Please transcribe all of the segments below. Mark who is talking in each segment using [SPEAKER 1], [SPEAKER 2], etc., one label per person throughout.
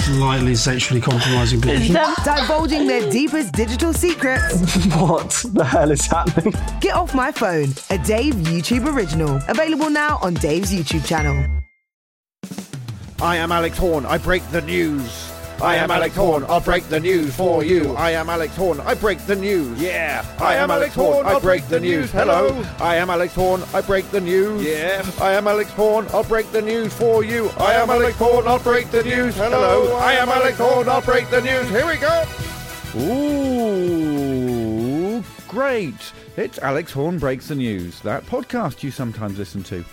[SPEAKER 1] Slightly sexually compromising people.
[SPEAKER 2] Divulging their deepest digital secrets,
[SPEAKER 3] what the hell is happening?
[SPEAKER 2] Get Off My Phone, a Dave YouTube original. Available now on Dave's YouTube channel.
[SPEAKER 4] I am Alex Horn. I break the news. I am Alex Horn. I'll break the news for you. I am Alex Horn. I break the news. Yeah. I am Alex Horn. I break the news. Hello. I am Alex Horn. I break the news. Yeah. I am Alex Horn. I'll break the news for you. I am Alex Horn. I'll break the news. Hello. I am Alex Horn. I'll break the news. Here we go. Ooh, great. It's Alex Horn Breaks the News, that podcast you sometimes listen to.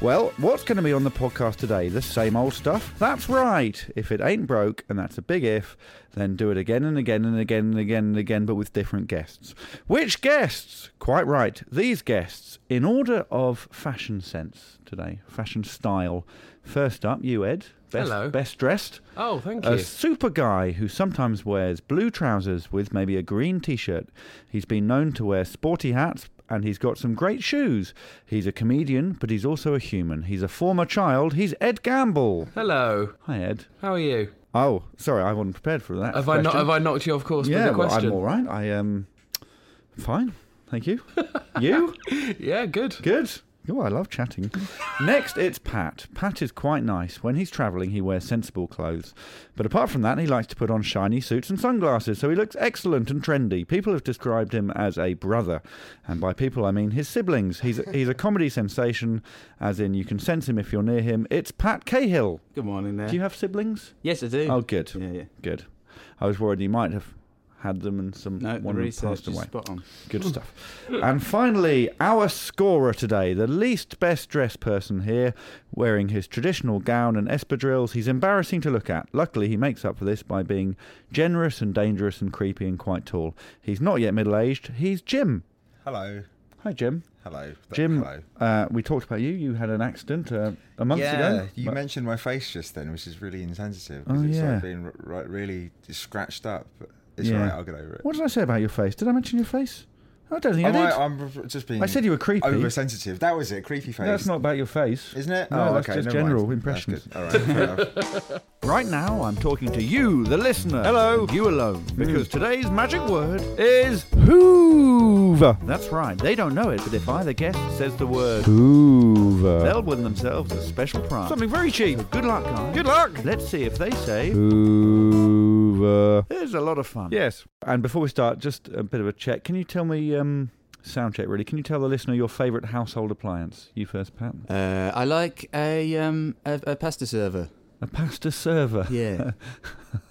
[SPEAKER 4] Well, what's going to be on the podcast today? The same old stuff? That's right. If it ain't broke, and that's a big if, then do it again and again and again and again and again, but with different guests. Which guests? Quite right. These guests, in order of fashion sense today, fashion style. First up, you, Ed. Best,
[SPEAKER 5] Hello.
[SPEAKER 4] Best dressed.
[SPEAKER 5] Oh, thank
[SPEAKER 4] A
[SPEAKER 5] you.
[SPEAKER 4] super guy who sometimes wears blue trousers with maybe a green t shirt. He's been known to wear sporty hats and he's got some great shoes. He's a comedian, but he's also a human. He's a former child. He's Ed Gamble.
[SPEAKER 5] Hello.
[SPEAKER 4] Hi, Ed.
[SPEAKER 5] How are you?
[SPEAKER 4] Oh, sorry, I wasn't prepared for that.
[SPEAKER 5] Have I not?
[SPEAKER 4] question.
[SPEAKER 5] Have I knocked you off course
[SPEAKER 4] yeah,
[SPEAKER 5] with the
[SPEAKER 4] well,
[SPEAKER 5] question?
[SPEAKER 4] I'm all right. I am fine. Thank you. you?
[SPEAKER 5] Yeah, good.
[SPEAKER 4] Good. Oh, I love chatting. Next, it's Pat. Pat is quite nice. When he's travelling, he wears sensible clothes. But apart from that, he likes to put on shiny suits and sunglasses, so he looks excellent and trendy. People have described him as a brother. And by people, I mean his siblings. He's a, he's a comedy sensation, as in you can sense him if you're near him. It's Pat Cahill.
[SPEAKER 6] Good morning there.
[SPEAKER 4] Do you have siblings?
[SPEAKER 6] yes, I do.
[SPEAKER 4] Oh, good.
[SPEAKER 6] Yeah, yeah.
[SPEAKER 4] Good. I was worried you might have had them and some
[SPEAKER 6] No, the
[SPEAKER 4] one had
[SPEAKER 6] research
[SPEAKER 4] passed
[SPEAKER 6] is
[SPEAKER 4] away.
[SPEAKER 6] spot on.
[SPEAKER 4] Good stuff. And finally, our scorer today, the least best dressed person here, wearing his traditional gown and espadrilles. He's embarrassing to look at. Luckily, he makes up for this by being generous and dangerous and creepy and quite tall. He's not yet middle aged. He's Jim.
[SPEAKER 7] Hello.
[SPEAKER 4] Hi, Jim.
[SPEAKER 7] Hello. Th-
[SPEAKER 4] Jim,
[SPEAKER 7] Hello.
[SPEAKER 4] uh, we talked about you. You had an accident uh, a month
[SPEAKER 7] yeah,
[SPEAKER 4] ago.
[SPEAKER 7] you
[SPEAKER 4] But-
[SPEAKER 7] mentioned my face just then, which is really insensitive. 'cause
[SPEAKER 4] Oh,
[SPEAKER 7] it's
[SPEAKER 4] yeah.
[SPEAKER 7] like being r- right, really just scratched up. But it's
[SPEAKER 4] Yeah.
[SPEAKER 7] all right, I'll get over it. Oh,
[SPEAKER 4] What did I say about your face? Did I mention your face? I don't think I
[SPEAKER 7] Am
[SPEAKER 4] did.
[SPEAKER 7] I, am just being.
[SPEAKER 4] I said you were creepy.
[SPEAKER 7] Oversensitive. That was it. Creepy face.
[SPEAKER 4] That's not about your face.
[SPEAKER 7] Isn't it?
[SPEAKER 4] No,
[SPEAKER 7] oh,
[SPEAKER 4] that's
[SPEAKER 7] okay.
[SPEAKER 4] just
[SPEAKER 7] never
[SPEAKER 4] general
[SPEAKER 7] mind. That's
[SPEAKER 4] impressions.
[SPEAKER 7] good. All right. fair enough.
[SPEAKER 4] Right now, I'm talking to you, the listener. Hello. Hmm. You alone. Because today's magic word is Hoover. That's right. They don't know it, but if either guest says the word Hoover, they'll win themselves a special prize. Something very cheap. good luck, guys. Good luck. Let's see if they say Hoover. It's a lot of fun. Yes. And before we start, just a bit of a check. Can you tell me, um, sound check really, can you tell the listener your favourite household appliance? You first, Pat.
[SPEAKER 6] Uh, I like a, um, a a pasta server.
[SPEAKER 4] A pasta server.
[SPEAKER 6] Yeah,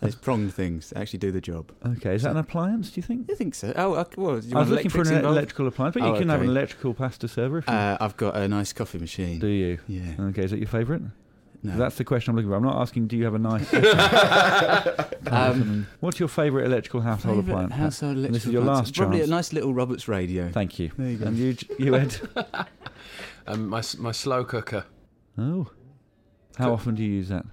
[SPEAKER 6] those prong things that actually do the job.
[SPEAKER 4] Okay, is that an appliance, do you think?
[SPEAKER 6] You think so? Oh, okay. well, do you
[SPEAKER 4] I was
[SPEAKER 6] want
[SPEAKER 4] looking for
[SPEAKER 6] electrics
[SPEAKER 4] an
[SPEAKER 6] involved?
[SPEAKER 4] electrical appliance, but you
[SPEAKER 6] Oh,
[SPEAKER 4] can have an
[SPEAKER 6] okay.
[SPEAKER 4] electrical pasta server if you
[SPEAKER 6] Uh, I've got a nice coffee machine.
[SPEAKER 4] do you.
[SPEAKER 6] yeah.
[SPEAKER 4] Okay, is that your favourite?
[SPEAKER 6] No.
[SPEAKER 4] That's the question I'm looking for. I'm not asking, do you have a nice.
[SPEAKER 6] um,
[SPEAKER 4] What's your favourite electrical household
[SPEAKER 6] favourite
[SPEAKER 4] appliance? Pat?
[SPEAKER 6] household
[SPEAKER 4] And
[SPEAKER 6] electrical
[SPEAKER 4] This is your
[SPEAKER 6] appliance.
[SPEAKER 4] last
[SPEAKER 6] Probably
[SPEAKER 4] chance.
[SPEAKER 6] a nice little Roberts radio.
[SPEAKER 4] Thank you.
[SPEAKER 6] There you go.
[SPEAKER 4] And you, J- you Ed?
[SPEAKER 5] Um, my s- my slow cooker.
[SPEAKER 4] oh. How often do you use that?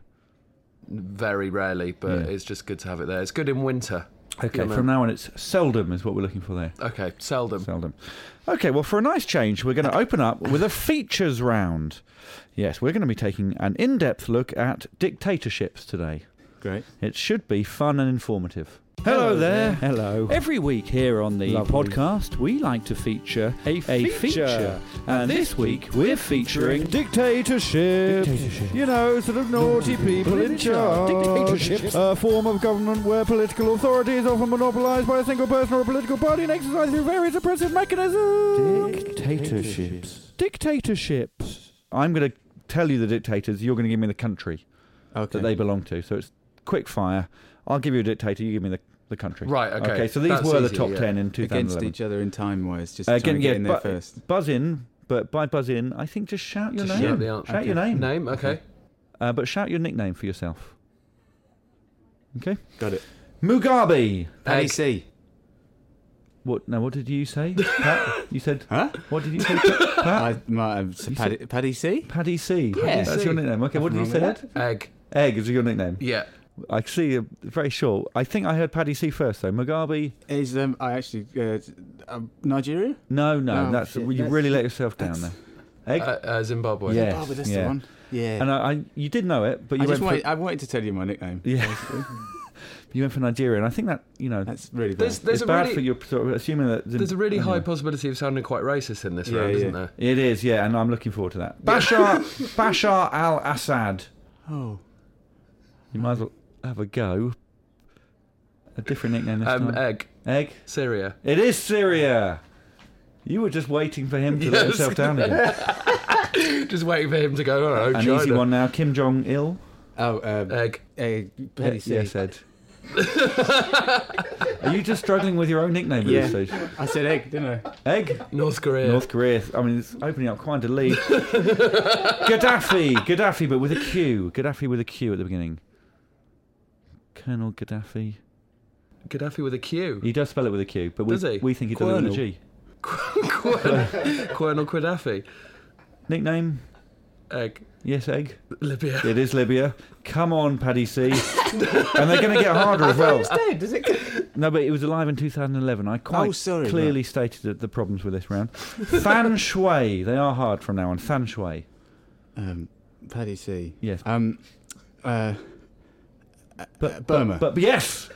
[SPEAKER 5] Very rarely, but
[SPEAKER 4] Yeah.
[SPEAKER 5] it's just good to have it there. It's good in winter.
[SPEAKER 4] Okay,
[SPEAKER 5] Yeah, man.
[SPEAKER 4] from now on, it's seldom, is what we're looking for there.
[SPEAKER 5] Okay, seldom.
[SPEAKER 4] Seldom. Okay, well, for a nice change, we're going to open up with a features round. Yes, we're going to be taking an in depth look at dictatorships today.
[SPEAKER 6] Great.
[SPEAKER 4] It should be fun and informative. Hello there. Hello. Every week here on the podcast, we like to feature a feature. And this week, we're featuring dictatorships. You know, sort of naughty people in charge. Dictatorships. A form of government where political authority is often monopolized by a single person or a political party and exercised through various oppressive mechanisms. Dictatorships. Dictatorships. I'm going to tell you the dictators, you're going to give me the country
[SPEAKER 6] Okay.
[SPEAKER 4] that they belong to. So it's quick fire. I'll give you a dictator, you give me the, the country.
[SPEAKER 5] Right, okay.
[SPEAKER 4] Okay, so these
[SPEAKER 5] That's
[SPEAKER 4] were the
[SPEAKER 5] easier,
[SPEAKER 4] top
[SPEAKER 5] yeah.
[SPEAKER 4] 10 in 2011.
[SPEAKER 6] Against each other in time wise, just
[SPEAKER 4] Uh,
[SPEAKER 6] trying to
[SPEAKER 4] again,
[SPEAKER 6] get
[SPEAKER 4] yeah,
[SPEAKER 6] in there
[SPEAKER 4] bu-
[SPEAKER 6] first.
[SPEAKER 4] Buzz in, but by buzz in, I think just shout your
[SPEAKER 5] Just
[SPEAKER 4] name.
[SPEAKER 5] shout the answer.
[SPEAKER 4] your name.
[SPEAKER 5] Name, okay.
[SPEAKER 4] Uh, but shout your nickname for yourself. Okay.
[SPEAKER 6] Got it.
[SPEAKER 4] Mugabe.
[SPEAKER 6] Paddy C.
[SPEAKER 4] What? No. What did you say? Pat? You said.
[SPEAKER 6] Huh?
[SPEAKER 4] What did you say? Pat? Pat?
[SPEAKER 6] I might have said Paddy, Paddy C.
[SPEAKER 4] Paddy C.
[SPEAKER 6] Yeah.
[SPEAKER 4] That's your nickname. Okay. What did you say? Ed?
[SPEAKER 5] Egg.
[SPEAKER 4] Egg is your nickname.
[SPEAKER 5] Yeah.
[SPEAKER 4] I see. uh, Very short. I think I heard Paddy C first though. Mugabe.
[SPEAKER 6] Is um I actually uh, um, Nigeria?
[SPEAKER 4] No. No.
[SPEAKER 6] Oh,
[SPEAKER 4] that's
[SPEAKER 6] shit,
[SPEAKER 4] you
[SPEAKER 6] that's-
[SPEAKER 4] really let yourself down there. Egg.
[SPEAKER 5] Uh, uh, Zimbabwe.
[SPEAKER 4] Yes,
[SPEAKER 6] oh, but that's
[SPEAKER 4] yeah.
[SPEAKER 6] the one. Yeah.
[SPEAKER 4] and I, I, you did know it, but you
[SPEAKER 6] I
[SPEAKER 4] went
[SPEAKER 6] just
[SPEAKER 4] for
[SPEAKER 6] wanted, I wanted to tell you my nickname.
[SPEAKER 4] yeah. you went for Nigeria, and I think that you know
[SPEAKER 6] That's really bad.
[SPEAKER 5] There's, there's,
[SPEAKER 4] it's
[SPEAKER 5] a
[SPEAKER 4] bad
[SPEAKER 5] really,
[SPEAKER 4] for you, sort of assuming that
[SPEAKER 5] there's a really high possibility of sounding quite racist in this
[SPEAKER 6] Yeah,
[SPEAKER 5] round,
[SPEAKER 6] yeah.
[SPEAKER 5] isn't there?
[SPEAKER 4] It is, yeah, and I'm looking forward to that. Bashar Bashar al Assad.
[SPEAKER 6] oh.
[SPEAKER 4] You might as well have a go. A different nickname this
[SPEAKER 5] Um,
[SPEAKER 4] time.
[SPEAKER 5] egg.
[SPEAKER 4] Egg.
[SPEAKER 5] Syria.
[SPEAKER 4] It is Syria. You were just waiting for him to let
[SPEAKER 5] Yes.
[SPEAKER 4] himself down here.
[SPEAKER 5] Just waiting for him to go. Oh,
[SPEAKER 4] An
[SPEAKER 5] China.
[SPEAKER 4] easy one now. Kim Jong Il.
[SPEAKER 6] Oh, um,
[SPEAKER 5] Egg.
[SPEAKER 6] uh, Paddy C.
[SPEAKER 4] Yes, Ed. Are you just struggling with your own nickname at
[SPEAKER 6] Yeah.
[SPEAKER 4] this stage?
[SPEAKER 6] I said egg, didn't I?
[SPEAKER 4] Egg.
[SPEAKER 5] North Korea.
[SPEAKER 4] North Korea. I mean, it's opening up quite a lead. Gaddafi, Gaddafi, but with a Q. Gaddafi with a Q at the beginning. Colonel Gaddafi.
[SPEAKER 5] Gaddafi with a Q.
[SPEAKER 4] He does spell it with a Q, but we,
[SPEAKER 5] Does he?
[SPEAKER 4] we think he does it with a
[SPEAKER 6] Colonel.
[SPEAKER 4] G.
[SPEAKER 5] Colonel Colonel Gaddafi.
[SPEAKER 4] Nickname?
[SPEAKER 5] Egg.
[SPEAKER 4] Yes, Egg.
[SPEAKER 5] Libya.
[SPEAKER 4] It is Libya. Come on, Paddy C. and they're going to get harder as well.
[SPEAKER 6] dead, is it?
[SPEAKER 4] No, but it was alive in 2011. I quite
[SPEAKER 6] Oh, sorry,
[SPEAKER 4] clearly stated that the problems with this round. Fan Shui. They are hard from now on. Fan Shui.
[SPEAKER 6] Um, Paddy C.
[SPEAKER 4] Yes.
[SPEAKER 6] Um, uh,
[SPEAKER 4] But,
[SPEAKER 6] Burma.
[SPEAKER 4] But, but yes!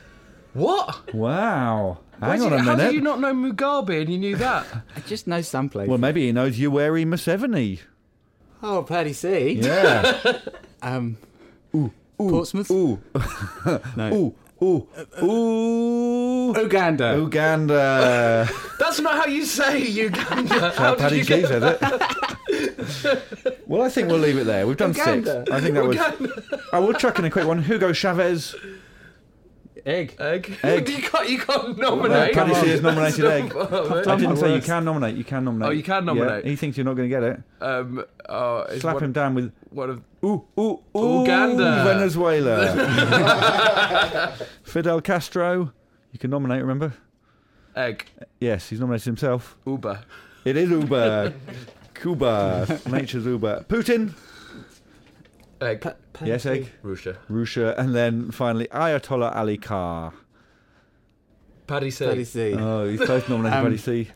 [SPEAKER 5] What?
[SPEAKER 4] Wow.
[SPEAKER 5] Why
[SPEAKER 4] Hang
[SPEAKER 5] did
[SPEAKER 4] on a
[SPEAKER 5] you-
[SPEAKER 4] minute.
[SPEAKER 5] How do you not know Mugabe and you knew that?
[SPEAKER 6] I just know some place.
[SPEAKER 4] Well, maybe he knows you Uweri Museveni.
[SPEAKER 6] oh, Paddy C.
[SPEAKER 4] Yeah.
[SPEAKER 6] Um, ooh, Portsmouth.
[SPEAKER 4] ooh.
[SPEAKER 6] no.
[SPEAKER 4] ooh. Ooh. Ooh.
[SPEAKER 6] Uganda.
[SPEAKER 4] Uganda.
[SPEAKER 5] That's not how you say Uganda.
[SPEAKER 4] How
[SPEAKER 5] How did
[SPEAKER 4] Paddy
[SPEAKER 5] you
[SPEAKER 4] G
[SPEAKER 5] get
[SPEAKER 4] says it. well, I think we'll leave it there. We've done
[SPEAKER 5] Uganda.
[SPEAKER 4] six. I think that was. I will chuck in a quick one. Hugo Chavez.
[SPEAKER 6] Egg.
[SPEAKER 5] egg?
[SPEAKER 4] Egg.
[SPEAKER 5] you can't. You can't
[SPEAKER 4] Uh,
[SPEAKER 5] nominate.
[SPEAKER 4] Paddy C has
[SPEAKER 5] Come on.
[SPEAKER 4] nominated egg.
[SPEAKER 5] Stop,
[SPEAKER 4] I
[SPEAKER 5] mate.
[SPEAKER 4] didn't say you can nominate. You can nominate.
[SPEAKER 5] Oh, you can
[SPEAKER 4] Yeah,
[SPEAKER 5] nominate.
[SPEAKER 4] he thinks you're not going to get it.
[SPEAKER 5] um, oh, it's
[SPEAKER 4] Slap
[SPEAKER 5] one,
[SPEAKER 4] him down with
[SPEAKER 5] One of
[SPEAKER 4] Ooh, ooh, ooh,
[SPEAKER 5] Uganda.
[SPEAKER 4] Venezuela. Fidel Castro. You can nominate, remember?
[SPEAKER 5] egg.
[SPEAKER 4] Yes, he's nominated himself.
[SPEAKER 5] Uber.
[SPEAKER 4] It is Uber. Cuba. Nature's Uber. Putin.
[SPEAKER 5] Egg.
[SPEAKER 4] Yes, egg.
[SPEAKER 5] Russia.
[SPEAKER 4] Russia. And then finally, Ayatollah Ali Khar.
[SPEAKER 5] Paddy C.
[SPEAKER 6] Paddy C.
[SPEAKER 4] Oh, he's both nominated,
[SPEAKER 6] Um,
[SPEAKER 4] Paddy C.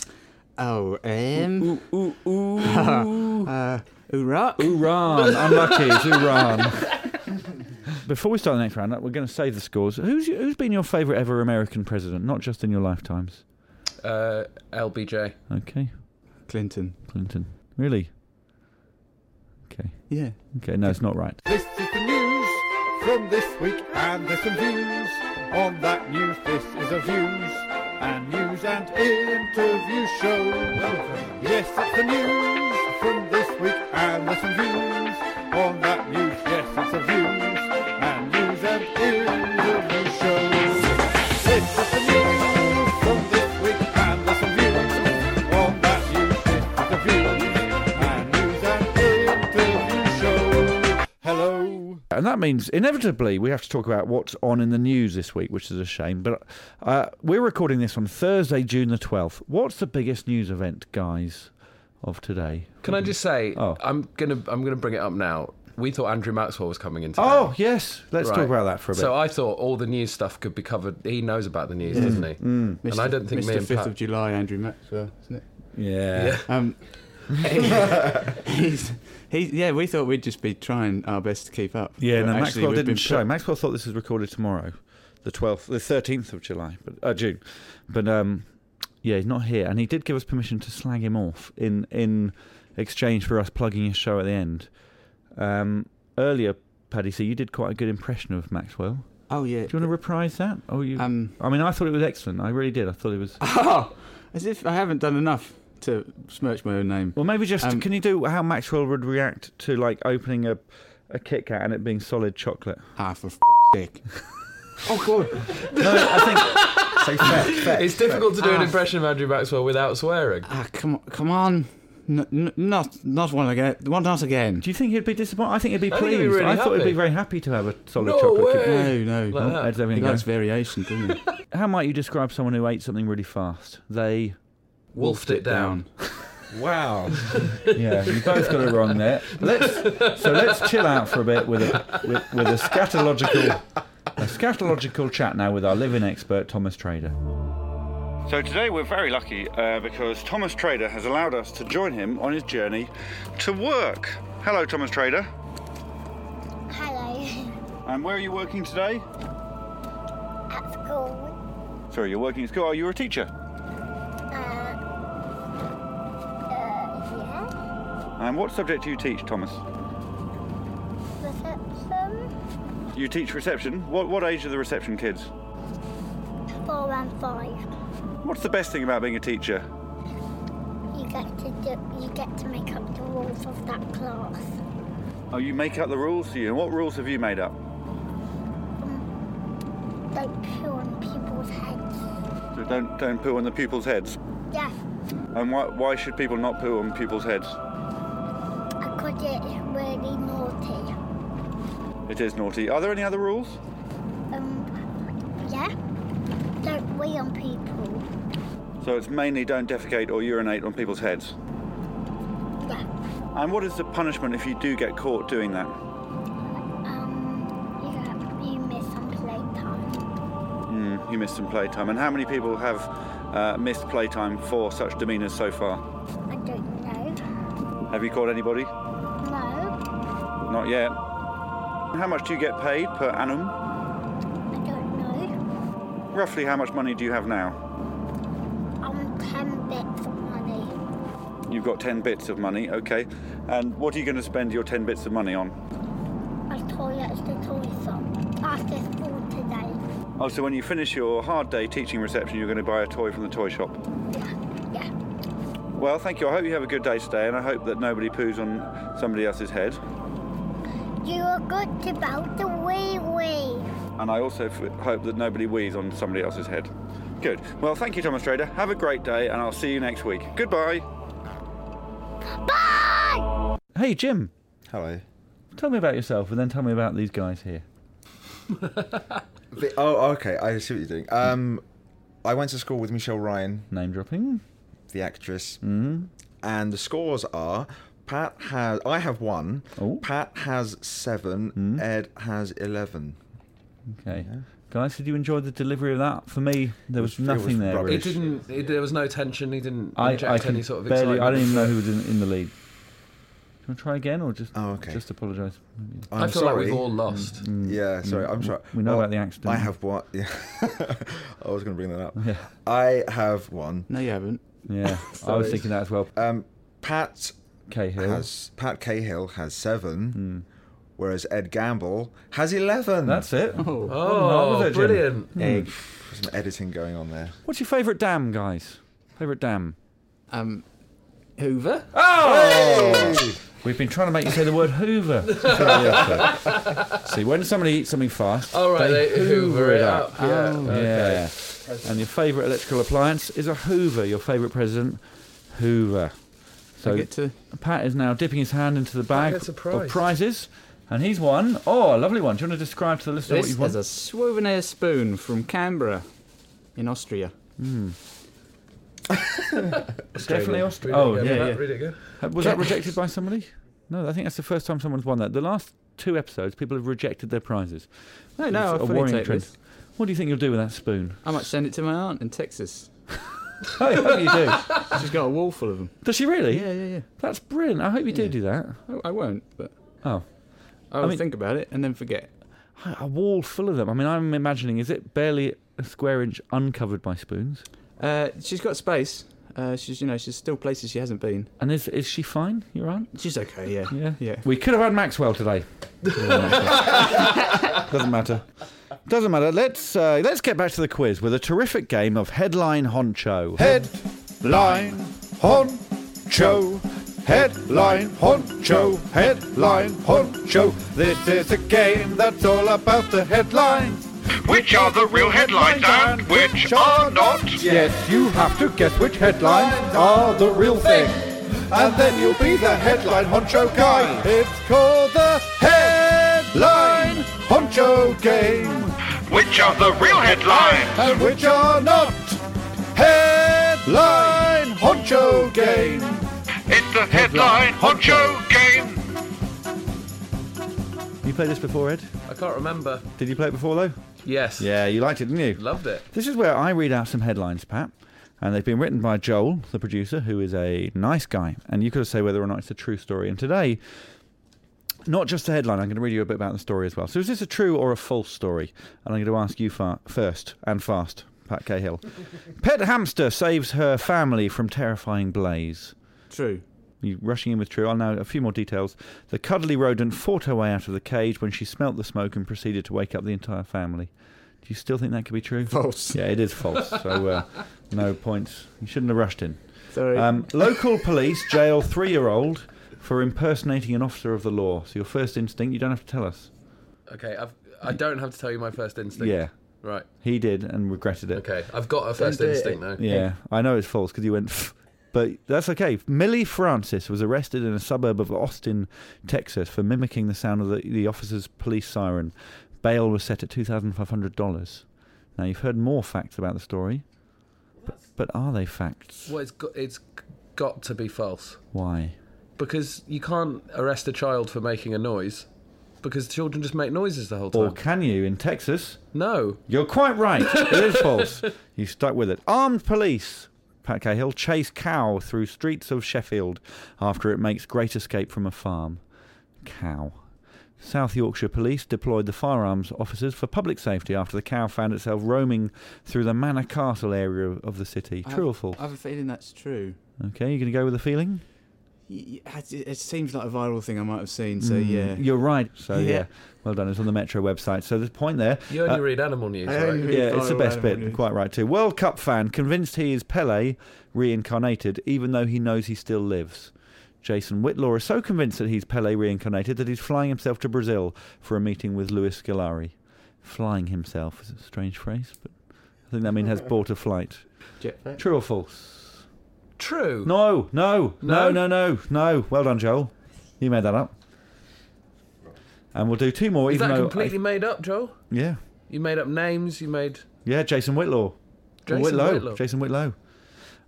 [SPEAKER 6] oh, um,
[SPEAKER 4] Ooh, ooh, ooh.
[SPEAKER 6] uh, Iraq.
[SPEAKER 4] Iran. Unlucky. It's Iran. Before we start the next round, we're going to save the scores. Who's, who's been your favourite ever American president, not just in your lifetimes?
[SPEAKER 5] Uh, LBJ.
[SPEAKER 4] Okay.
[SPEAKER 6] Clinton.
[SPEAKER 4] Clinton. Really? Okay.
[SPEAKER 6] Yeah.
[SPEAKER 4] Okay, no, it's not right.
[SPEAKER 8] This is the news from this week, and there's some views on that news. This is a views and news and interview show. Welcome. Yes, it's the news from this week, and there's some views on that news. Yes, it's a views and news and interview show. This is the news from this week, and there's some views on that news. This is the views and news and interview show. Hello.
[SPEAKER 4] And that means inevitably we have to talk about what's on in the news this week, which is a shame. But uh, we're recording this on Thursday, June the 12th. What's the biggest news event, guys, of today?
[SPEAKER 5] Can I just say?
[SPEAKER 4] Oh.
[SPEAKER 5] I'm gonna. I'm gonna bring it up now. We thought Andrew Maxwell was coming in. Today.
[SPEAKER 4] Oh, yes. Let's talk
[SPEAKER 5] Right.
[SPEAKER 4] about that for a bit.
[SPEAKER 5] So I thought all the news stuff could be covered. He knows about the
[SPEAKER 4] Mm.
[SPEAKER 5] news, doesn't he? And I don't think
[SPEAKER 6] Mr.
[SPEAKER 5] me and
[SPEAKER 6] Fifth
[SPEAKER 5] Pat.
[SPEAKER 6] of July, Andrew Maxwell, isn't it?
[SPEAKER 4] yeah.
[SPEAKER 6] Um, he's, he's, yeah, we thought we'd just be trying our best to keep up.
[SPEAKER 4] Yeah,
[SPEAKER 6] But
[SPEAKER 4] no,
[SPEAKER 6] actually
[SPEAKER 4] Maxwell
[SPEAKER 6] we've
[SPEAKER 4] didn't
[SPEAKER 6] been
[SPEAKER 4] show.
[SPEAKER 6] put-
[SPEAKER 4] Maxwell thought this was recorded tomorrow, the twelfth, the thirteenth of July, but uh, June. But um, yeah, he's not here, and he did give us permission to slag him off in in exchange for us plugging his show at the end. Um, earlier, Paddy, so you did quite a good impression of Maxwell.
[SPEAKER 6] Oh, yeah.
[SPEAKER 4] Do you want to reprise that? Oh, you.
[SPEAKER 6] Um,
[SPEAKER 4] I mean, I thought it was excellent. I really did. I thought it was.
[SPEAKER 6] oh, as if I haven't done enough. to smirch my own name.
[SPEAKER 4] Well, maybe just
[SPEAKER 6] Um,
[SPEAKER 4] can you do how Maxwell would react to like opening a a Kit Kat and it being solid chocolate?
[SPEAKER 6] Ah, for f- sake.
[SPEAKER 7] Oh, God.
[SPEAKER 4] No, I think
[SPEAKER 7] Say feck, feck.
[SPEAKER 5] It's difficult to do
[SPEAKER 4] Ah.
[SPEAKER 5] an impression of Andrew Maxwell without swearing.
[SPEAKER 6] Ah, come on, come on. N- n- not, not one again. One not again.
[SPEAKER 4] Do you think he'd be disappointed? I think he'd be
[SPEAKER 5] I
[SPEAKER 4] pleased.
[SPEAKER 5] think he'd be really
[SPEAKER 4] I thought he'd be
[SPEAKER 5] happy.
[SPEAKER 4] very happy to have a solid
[SPEAKER 5] No
[SPEAKER 4] chocolate. Kit
[SPEAKER 5] way.
[SPEAKER 4] Kat.
[SPEAKER 6] No, no.
[SPEAKER 5] Like
[SPEAKER 4] Oh, Ed's having
[SPEAKER 6] he
[SPEAKER 4] a go.
[SPEAKER 6] likes variation, doesn't he?
[SPEAKER 4] How might you describe someone who ate something really fast? They.
[SPEAKER 5] Wolfed it down.
[SPEAKER 7] Wow.
[SPEAKER 4] Yeah, you both got it wrong there. Let's so let's chill out for a bit with a with, with a scatological a scatological chat now with our living expert Thomas Trader. So today we're very lucky uh, because Thomas Trader has allowed us to join him on his journey to work. Hello, Thomas Trader.
[SPEAKER 9] Hello.
[SPEAKER 4] And where are you working today?
[SPEAKER 9] At school.
[SPEAKER 4] Sorry, you're working at school. Are you a teacher?
[SPEAKER 9] Uh, uh, yeah.
[SPEAKER 4] And what subject do you teach, Thomas?
[SPEAKER 9] Reception.
[SPEAKER 4] You teach reception. What what age are the reception kids?
[SPEAKER 9] Four and five.
[SPEAKER 4] What's the best thing about being a teacher?
[SPEAKER 9] You get to do, you get to make up the rules of that class.
[SPEAKER 4] Oh, you make up the rules, do you? And what rules have you made up?
[SPEAKER 9] Don't poo on people's heads.
[SPEAKER 4] So don't don't poo on the pupils' heads.
[SPEAKER 9] Yeah,
[SPEAKER 4] And why why should people not poo on people's heads?
[SPEAKER 9] because it's really naughty.
[SPEAKER 4] It is naughty. Are there any other rules?
[SPEAKER 9] Um, yeah. Don't wee on people.
[SPEAKER 4] So it's mainly don't defecate or urinate on people's heads.
[SPEAKER 9] Yeah.
[SPEAKER 4] And what is the punishment if you do get caught doing that?
[SPEAKER 9] Um, you get, you miss some playtime.
[SPEAKER 4] Mm, you missed some playtime. And how many people have uh, missed playtime for such demeanours so far?
[SPEAKER 9] I don't know.
[SPEAKER 4] Have you caught anybody?
[SPEAKER 9] No,
[SPEAKER 4] Not yet. How much do you get paid per annum?
[SPEAKER 9] I don't know.
[SPEAKER 4] Roughly how much money do you have now?
[SPEAKER 9] I'm ten bits of money.
[SPEAKER 4] You've got 10 bits of money, okay. And what are you going to spend your 10 bits of money on?
[SPEAKER 9] I told you it's the toy shop. After school today.
[SPEAKER 4] Oh, so when you finish your hard day teaching reception, you're going to buy a toy from the toy shop.
[SPEAKER 9] Yeah, yeah.
[SPEAKER 4] Well, thank you. I hope you have a good day today, and I hope that nobody poos on somebody else's head.
[SPEAKER 9] You are good about the wee wee.
[SPEAKER 4] And I also f- hope that nobody wheezes on somebody else's head. Good. Well, thank you, Thomas Trader. Have a great day, and I'll see you next week. Goodbye.
[SPEAKER 9] Bye!
[SPEAKER 4] Hey, Jim.
[SPEAKER 7] Hello.
[SPEAKER 4] Tell me about yourself, and then tell me about these guys here.
[SPEAKER 7] The- oh, okay. I see what you're doing. Um, I went to school with Michelle Ryan,
[SPEAKER 4] Name dropping.
[SPEAKER 7] the actress, mm
[SPEAKER 4] Mm-hmm.
[SPEAKER 7] and the scores are. Pat has. I have one.
[SPEAKER 4] Oh. Mm.
[SPEAKER 7] Pat has seven. Ed has eleven.
[SPEAKER 4] Okay. Guys, did you enjoy the delivery of that? For me, there was
[SPEAKER 7] It was
[SPEAKER 4] nothing there.
[SPEAKER 7] rubbish.
[SPEAKER 5] He
[SPEAKER 4] really.
[SPEAKER 5] didn't. It, there was no tension. He didn't
[SPEAKER 4] I,
[SPEAKER 5] inject
[SPEAKER 4] I can
[SPEAKER 5] any sort of
[SPEAKER 4] barely.
[SPEAKER 5] excitement.
[SPEAKER 4] I don't even know who was in, in the lead. Do you want to try again, or just?
[SPEAKER 7] Oh, okay.
[SPEAKER 4] Just apologise.
[SPEAKER 7] I'm
[SPEAKER 5] I feel
[SPEAKER 7] sorry.
[SPEAKER 5] like we've all lost.
[SPEAKER 4] Mm.
[SPEAKER 7] Yeah, sorry, I'm sorry. Oh,
[SPEAKER 4] we know about the accident.
[SPEAKER 7] I have one. Yeah, I was going to bring that up. I have one.
[SPEAKER 6] No, you haven't.
[SPEAKER 4] Yeah, I was thinking that as well.
[SPEAKER 7] Um, Pat
[SPEAKER 4] Cahill.
[SPEAKER 7] has Pat Cahill has seven, whereas Ed Gamble has eleven.
[SPEAKER 4] Mm.
[SPEAKER 7] Hmm.
[SPEAKER 4] That's it.
[SPEAKER 5] Oh,
[SPEAKER 4] Another Jim.
[SPEAKER 5] brilliant!
[SPEAKER 6] Egg.
[SPEAKER 7] some editing going on there.
[SPEAKER 4] What's your favourite dam, guys? Favourite dam?
[SPEAKER 6] Um, Hoover.
[SPEAKER 4] We've been trying to make you say the word Hoover. See, when somebody eats something fast,
[SPEAKER 5] All right, they, hoover it up. Yeah.
[SPEAKER 4] Oh, Yeah. And your favourite electrical appliance is a Hoover. Your favourite president, Hoover. So
[SPEAKER 6] I get to.
[SPEAKER 4] Pat is now dipping his hand into the bag
[SPEAKER 5] gets a
[SPEAKER 4] of
[SPEAKER 5] prize.
[SPEAKER 4] prizes, and he's won. Oh, a lovely one. Do you want to describe to the listener what
[SPEAKER 6] This
[SPEAKER 4] you've won?
[SPEAKER 6] is a souvenir spoon from Canberra, in Austria.
[SPEAKER 4] Definitely
[SPEAKER 5] Read
[SPEAKER 4] Austria.
[SPEAKER 5] it
[SPEAKER 4] Oh,
[SPEAKER 5] again,
[SPEAKER 4] yeah,
[SPEAKER 5] Matt,
[SPEAKER 4] yeah.
[SPEAKER 5] Read it again.
[SPEAKER 4] Uh, Was that rejected by somebody? No, I think that's the first time someone's won that. The last two episodes, people have rejected their prizes.
[SPEAKER 6] No, no, I
[SPEAKER 4] It's a
[SPEAKER 6] fully
[SPEAKER 4] worrying
[SPEAKER 6] take
[SPEAKER 4] trend.
[SPEAKER 6] this.
[SPEAKER 4] What do you think you'll do with that spoon?
[SPEAKER 6] I might send it to my aunt in Texas.
[SPEAKER 4] I hope you do.
[SPEAKER 6] She's got a wall full of them.
[SPEAKER 4] Does she really?
[SPEAKER 6] Yeah, yeah, yeah.
[SPEAKER 4] That's brilliant. I hope you do do that.
[SPEAKER 6] I, I won't, but
[SPEAKER 4] Oh,
[SPEAKER 6] I'll
[SPEAKER 4] mean-
[SPEAKER 6] think about it and then forget.
[SPEAKER 4] a wall full of them. I mean, I'm imagining, is it barely a square inch uncovered by spoons?
[SPEAKER 6] Uh, she's got space. Uh, she's, you know, she's still places she hasn't been.
[SPEAKER 4] And is, is she fine, your aunt?
[SPEAKER 6] She's okay, yeah.
[SPEAKER 4] Yeah.
[SPEAKER 6] Yeah.
[SPEAKER 4] We could have had Maxwell today. Doesn't matter. Doesn't matter. Let's uh, let's get back to the quiz with a terrific game of headline honcho.
[SPEAKER 8] Headline honcho. Headline honcho, headline honcho. This is a game that's all about the headlines. Which are the real headlines and which are not? Yes, you have to guess which headlines are the real thing. And then you'll be the headline honcho guy. It's called the headline honcho game. Which are the real headlines and which are not? Headline honcho game. It's the headline honcho game.
[SPEAKER 4] You played this before, Ed?
[SPEAKER 5] I can't remember.
[SPEAKER 4] Did you play it before, though?
[SPEAKER 5] Yes.
[SPEAKER 4] Yeah, you liked it, didn't you?
[SPEAKER 5] Loved it.
[SPEAKER 4] This is where I read out some headlines, Pat, and they've been written by Joel, the producer, who is a nice guy, and you've got to say whether or not it's a true story. And today, not just the headline, I'm going to read you a bit about the story as well. So, is this a true or a false story? And I'm going to ask you fa- first and fast, Pat Cahill. Pet hamster saves her family from terrifying blaze.
[SPEAKER 6] True.
[SPEAKER 4] You rushing in with true. I'll now a few more details. The cuddly rodent fought her way out of the cage when she smelt the smoke and proceeded to wake up the entire family. Do you still think that could be true? False. Yeah, it is false. So uh, no points. You shouldn't have rushed in.
[SPEAKER 6] Sorry.
[SPEAKER 4] Um, local police jail three-year-old for impersonating an officer of the law. So your first instinct, you don't have to tell us.
[SPEAKER 5] Okay, I've, I don't have to tell you my first instinct.
[SPEAKER 4] Yeah.
[SPEAKER 5] Right.
[SPEAKER 4] He did and regretted it.
[SPEAKER 5] Okay, I've got a first
[SPEAKER 4] do it.
[SPEAKER 5] instinct now.
[SPEAKER 4] Yeah, I know it's false because you went, "Pff," but that's okay. Millie Francis was arrested in a suburb of Austin, Texas, for mimicking the sound of the, the officer's police siren. Bail was set at two thousand five hundred dollars. Now you've heard more facts about the story, but, but are they facts?
[SPEAKER 5] Well, it's got, it's got to be false
[SPEAKER 4] Why?
[SPEAKER 5] because you can't arrest a child for making a noise because children just make noises the whole time.
[SPEAKER 4] Or can you in Texas?
[SPEAKER 5] No.
[SPEAKER 4] You're quite right. It is false. You stuck with it. Armed police. Pat Cahill chase cow through streets of Sheffield after it makes great escape from a farm. Cow. South Yorkshire Police deployed the firearms officers for public safety after the cow found itself roaming through the Manor Castle area of the city.
[SPEAKER 6] I have-
[SPEAKER 4] True or false?
[SPEAKER 6] I have a feeling that's true.
[SPEAKER 4] Okay, you going to go with a feeling?
[SPEAKER 6] Y- y- It it seems like a viral thing I might have seen, so
[SPEAKER 4] Mm,
[SPEAKER 6] yeah.
[SPEAKER 4] You're right. So, yeah.
[SPEAKER 6] Yeah.
[SPEAKER 4] Well done. It's on the Metro website. So, there's a point there.
[SPEAKER 5] You only
[SPEAKER 4] Uh,
[SPEAKER 5] read animal news,
[SPEAKER 6] I
[SPEAKER 5] right?
[SPEAKER 6] only read
[SPEAKER 4] Yeah, it's the
[SPEAKER 6] viral
[SPEAKER 4] best
[SPEAKER 6] animal
[SPEAKER 4] bit.
[SPEAKER 6] news.
[SPEAKER 4] Quite right too. World Cup fan convinced he is Pele reincarnated, even though he knows he still lives. Jason Whitlaw is so convinced that he's Pele reincarnated that he's flying himself to Brazil for a meeting with Luis Scolari. Flying himself is a strange phrase, but I think that means has bought a flight.
[SPEAKER 6] Jetpack.
[SPEAKER 4] True or false?
[SPEAKER 5] True.
[SPEAKER 4] No, no, no, no,
[SPEAKER 5] No?
[SPEAKER 4] no, no. Well done, Joel. You made that up. And we'll do two more,
[SPEAKER 5] Is
[SPEAKER 4] even
[SPEAKER 5] that
[SPEAKER 4] though I-
[SPEAKER 5] completely made up, Joel?
[SPEAKER 4] yeah,
[SPEAKER 5] You made up names. You made
[SPEAKER 4] yeah. Jason Whitlaw.
[SPEAKER 5] Jason
[SPEAKER 4] Whitlow.
[SPEAKER 5] Whitlow.
[SPEAKER 4] Jason Whitlow.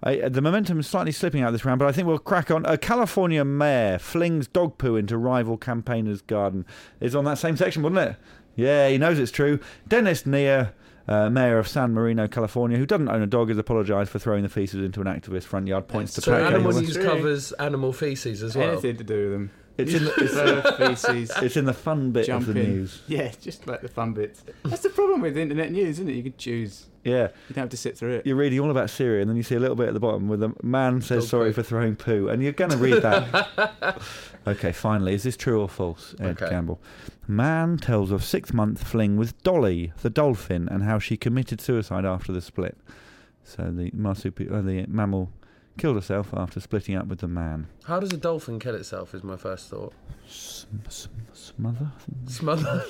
[SPEAKER 4] I, uh, the momentum is slightly slipping out this round, but I think we'll crack on. A California mayor flings dog poo into rival campaigner's garden. It's on that same section, wasn't it? Yeah, he knows it's true. Dennis Near, uh, mayor of San Marino, California, who doesn't own a dog, has apologised for throwing the feces into an activist front yard. Points to
[SPEAKER 5] so
[SPEAKER 4] Pat
[SPEAKER 5] animal
[SPEAKER 4] Cahill.
[SPEAKER 5] news covers animal feces as well.
[SPEAKER 6] Anything to do with them.
[SPEAKER 4] It's in the-
[SPEAKER 6] it's, feces,
[SPEAKER 4] It's in the fun bit of the
[SPEAKER 6] jumping.
[SPEAKER 4] news.
[SPEAKER 6] Yeah, just like the fun bits. That's the problem with internet news, isn't it? You can choose.
[SPEAKER 4] Yeah.
[SPEAKER 6] You don't have to sit through it.
[SPEAKER 4] you're reading all about Syria, and then you see a little bit at the bottom where the man says
[SPEAKER 5] Dog
[SPEAKER 4] sorry
[SPEAKER 5] poo.
[SPEAKER 4] for throwing poo, and you're going to read that. okay, finally, is this true or false, Ed
[SPEAKER 5] Okay.
[SPEAKER 4] Campbell? Man tells of six month fling with Dolly, the dolphin, and how she committed suicide after the split. So the marsupial, uh, the mammal, killed herself after splitting up with the man.
[SPEAKER 5] How does a dolphin kill itself? Is my first thought.
[SPEAKER 4] Sm- sm- smother
[SPEAKER 5] Smother.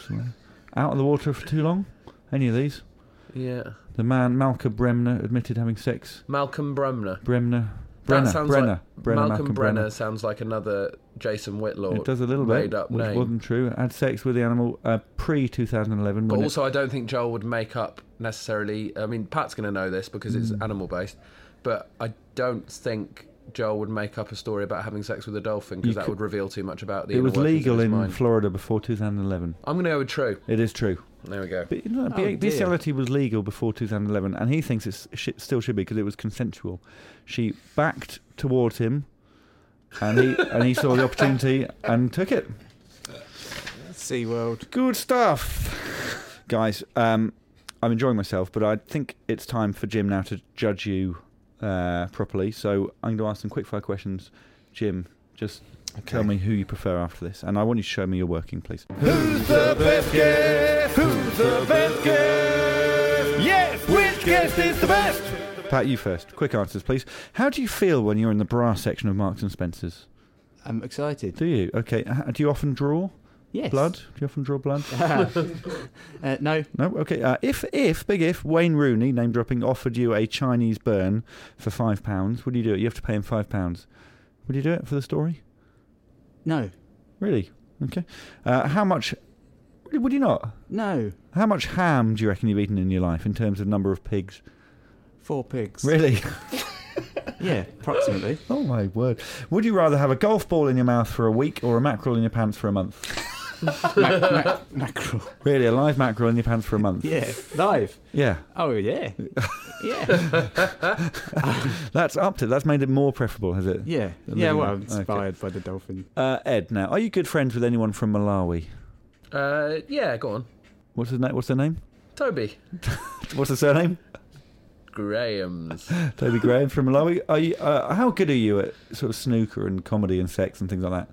[SPEAKER 4] out of the water for too long. Any of these?
[SPEAKER 5] yeah.
[SPEAKER 4] The man Malcolm Bremner admitted having sex.
[SPEAKER 5] Malcolm Bremner.
[SPEAKER 4] Bremner.
[SPEAKER 5] That
[SPEAKER 4] Brenner,
[SPEAKER 5] sounds
[SPEAKER 4] Brenner,
[SPEAKER 5] like
[SPEAKER 4] Brenner,
[SPEAKER 5] Malcolm, Brenner,
[SPEAKER 4] Brenner.
[SPEAKER 5] sounds like another Jason Whitlaw.
[SPEAKER 4] It does a little
[SPEAKER 5] made
[SPEAKER 4] bit,
[SPEAKER 5] up
[SPEAKER 4] which
[SPEAKER 5] name.
[SPEAKER 4] wasn't true. Had sex with the animal uh, pre 2011.
[SPEAKER 5] But
[SPEAKER 4] when it-
[SPEAKER 5] also, I don't think Joel would make up necessarily. I mean, Pat's going to know this because it's
[SPEAKER 4] Mm.
[SPEAKER 5] animal based, but I don't think Joel would make up a story about having sex with a dolphin
[SPEAKER 4] You
[SPEAKER 5] because that
[SPEAKER 4] could-
[SPEAKER 5] would reveal too much about the.
[SPEAKER 4] it
[SPEAKER 5] inner
[SPEAKER 4] was
[SPEAKER 5] workings of
[SPEAKER 4] legal
[SPEAKER 5] his
[SPEAKER 4] in
[SPEAKER 5] mind.
[SPEAKER 4] Florida before 2011.
[SPEAKER 5] I'm going to go with true.
[SPEAKER 4] It is true.
[SPEAKER 5] There we go.
[SPEAKER 4] But you know,
[SPEAKER 6] Oh, dear.
[SPEAKER 4] bestiality was legal before 2011, and he thinks it sh- still should be because it was consensual. She backed towards him, and he and he saw the opportunity and took it.
[SPEAKER 6] SeaWorld.
[SPEAKER 4] Good stuff, guys. Um, I'm enjoying myself, but I think it's time for Jim now to judge you uh, properly. So I'm going to ask some quickfire questions. Jim, just tell me who you prefer after this, and I want you to show me your working, please.
[SPEAKER 8] Who's the best guest? Who's the best guest? Yes, which guest is the best?
[SPEAKER 4] Pat, you first. Quick answers, please. How do you feel when you're in the bra section of Marks and Spencers?
[SPEAKER 6] I'm excited.
[SPEAKER 4] Do you? Okay. H- Do you often draw?
[SPEAKER 6] Yes.
[SPEAKER 4] Blood? Do you often draw blood?
[SPEAKER 6] uh, no.
[SPEAKER 4] No. Okay. Uh, if if big if Wayne Rooney name dropping offered you a Chinese burn for five pounds, would you do it? You have to pay him five pounds. Would you do it for the story?
[SPEAKER 6] No.
[SPEAKER 4] Really? Okay. Uh, how much? really, Would you not?
[SPEAKER 6] No.
[SPEAKER 4] How much ham do you reckon you've eaten in your life in terms of number of pigs?
[SPEAKER 6] Four pigs.
[SPEAKER 4] Really?
[SPEAKER 6] Yeah, approximately.
[SPEAKER 4] oh my word! Would you rather have a golf ball in your mouth for a week or a mackerel in your pants for a month?
[SPEAKER 6] Mac- mac- mackerel.
[SPEAKER 4] Really, a live mackerel in your pants for a month?
[SPEAKER 6] Yeah. Live.
[SPEAKER 4] Yeah.
[SPEAKER 6] Oh yeah. Yeah.
[SPEAKER 4] That's up to. That's made it more preferable, has it?
[SPEAKER 6] yeah.
[SPEAKER 4] Than
[SPEAKER 6] Yeah.
[SPEAKER 4] living
[SPEAKER 6] Well,
[SPEAKER 4] with- okay.
[SPEAKER 6] inspired by the dolphin.
[SPEAKER 4] Uh, Ed, now, are you good friends with anyone from Malawi?
[SPEAKER 5] Uh, yeah, go on.
[SPEAKER 4] What's his name? What's their name?
[SPEAKER 5] Toby.
[SPEAKER 4] What's the surname?
[SPEAKER 5] Graham's.
[SPEAKER 4] Toby Graham from Malawi. Are you? Uh, how good are you at sort of snooker and comedy and sex and things like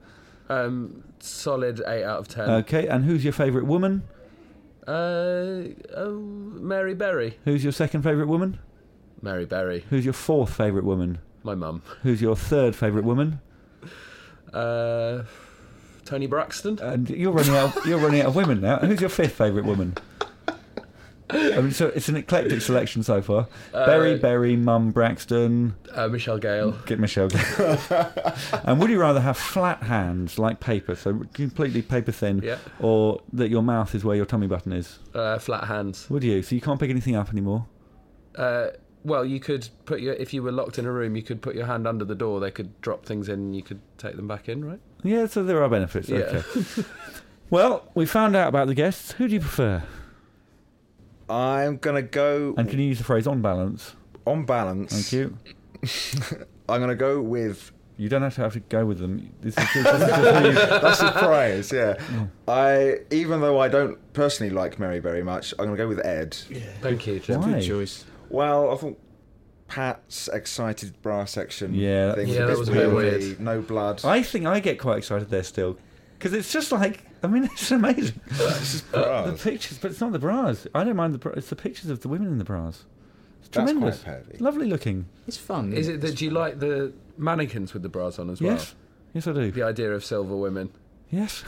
[SPEAKER 4] that?
[SPEAKER 5] Um, solid 8 out of 10.
[SPEAKER 4] okay. And who's your favourite woman?
[SPEAKER 5] Uh, oh, Mary Berry.
[SPEAKER 4] Who's your second favourite woman?
[SPEAKER 5] Mary Berry.
[SPEAKER 4] Who's your fourth favourite woman?
[SPEAKER 5] My mum.
[SPEAKER 4] Who's your third favourite woman?
[SPEAKER 5] Uh, Tony Braxton.
[SPEAKER 4] And you're running out. You're running out of women now. Who's your fifth favourite woman? I mean, so it's an eclectic selection so far.
[SPEAKER 5] Uh,
[SPEAKER 4] Berry, Berry, Mum, Braxton.
[SPEAKER 5] Uh, Michelle Gale.
[SPEAKER 4] Get Michelle. and would you rather have flat hands like paper, so completely paper thin,
[SPEAKER 5] Yeah.
[SPEAKER 4] or that your mouth is where your tummy button is?
[SPEAKER 5] Uh, flat hands.
[SPEAKER 4] Would you? So you can't pick anything up anymore.
[SPEAKER 5] Uh, well, you could put your if you were locked in a room, you could put your hand under the door. They could drop things in. You could take them back in, right?
[SPEAKER 4] Yeah, so there are benefits.
[SPEAKER 5] Yeah.
[SPEAKER 4] Okay. well, we found out about the guests. Who do you prefer?
[SPEAKER 7] I'm gonna go
[SPEAKER 4] And can you use the phrase on balance?
[SPEAKER 7] on balance.
[SPEAKER 4] Thank you.
[SPEAKER 7] I'm gonna go with.
[SPEAKER 4] You don't have to have to go with them. This is just, this is just who you-
[SPEAKER 7] That's the prize, yeah.
[SPEAKER 4] Mm.
[SPEAKER 7] I even though I don't personally like Mary very much, I'm gonna go with Ed.
[SPEAKER 5] Thank you, Jim.
[SPEAKER 4] Why?
[SPEAKER 6] Good choice.
[SPEAKER 7] Well, I thought Pat's excited bra section.
[SPEAKER 4] Yeah,
[SPEAKER 7] thing
[SPEAKER 5] Yeah, that was a bit
[SPEAKER 7] POV,
[SPEAKER 5] weird.
[SPEAKER 7] No blood.
[SPEAKER 4] I think I get quite excited there still. Because it's just like, I mean, it's amazing.
[SPEAKER 7] Bras.
[SPEAKER 4] The pictures, but it's not the bras. I don't mind the bra. It's the pictures of the women in the bras. It's
[SPEAKER 7] That's
[SPEAKER 4] tremendous.
[SPEAKER 7] quite pervy.
[SPEAKER 4] Lovely looking.
[SPEAKER 6] It's fun.
[SPEAKER 5] Is it that you like the mannequins with the bras on as well?
[SPEAKER 4] Yes. Yes, I do.
[SPEAKER 5] The idea of silver women.
[SPEAKER 4] Yes.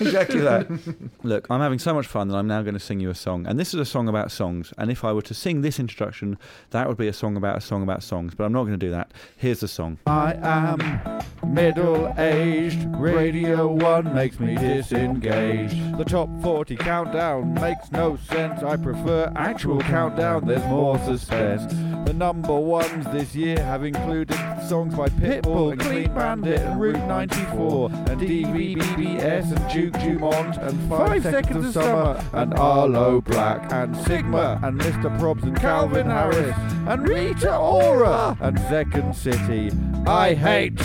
[SPEAKER 4] exactly that. Look, I'm having so much fun that I'm now going to sing you a song. And this is a song about songs. And if I were to sing this introduction, that would be a song about a song about songs. But I'm not going to do that. Here's the song.
[SPEAKER 8] I am middle aged. Radio 1 makes me disengaged. The top 40 countdown makes no sense. I prefer actual countdown, there's more suspense. The number ones this year have included songs by Pitbull and Clean Bandit and Route 94 and DVBBS and Duke Dumont and Five Seconds of Summer and Arlo Black and Sigma and Mr. Probs and Calvin Harris and Rita Ora and Second City. I hate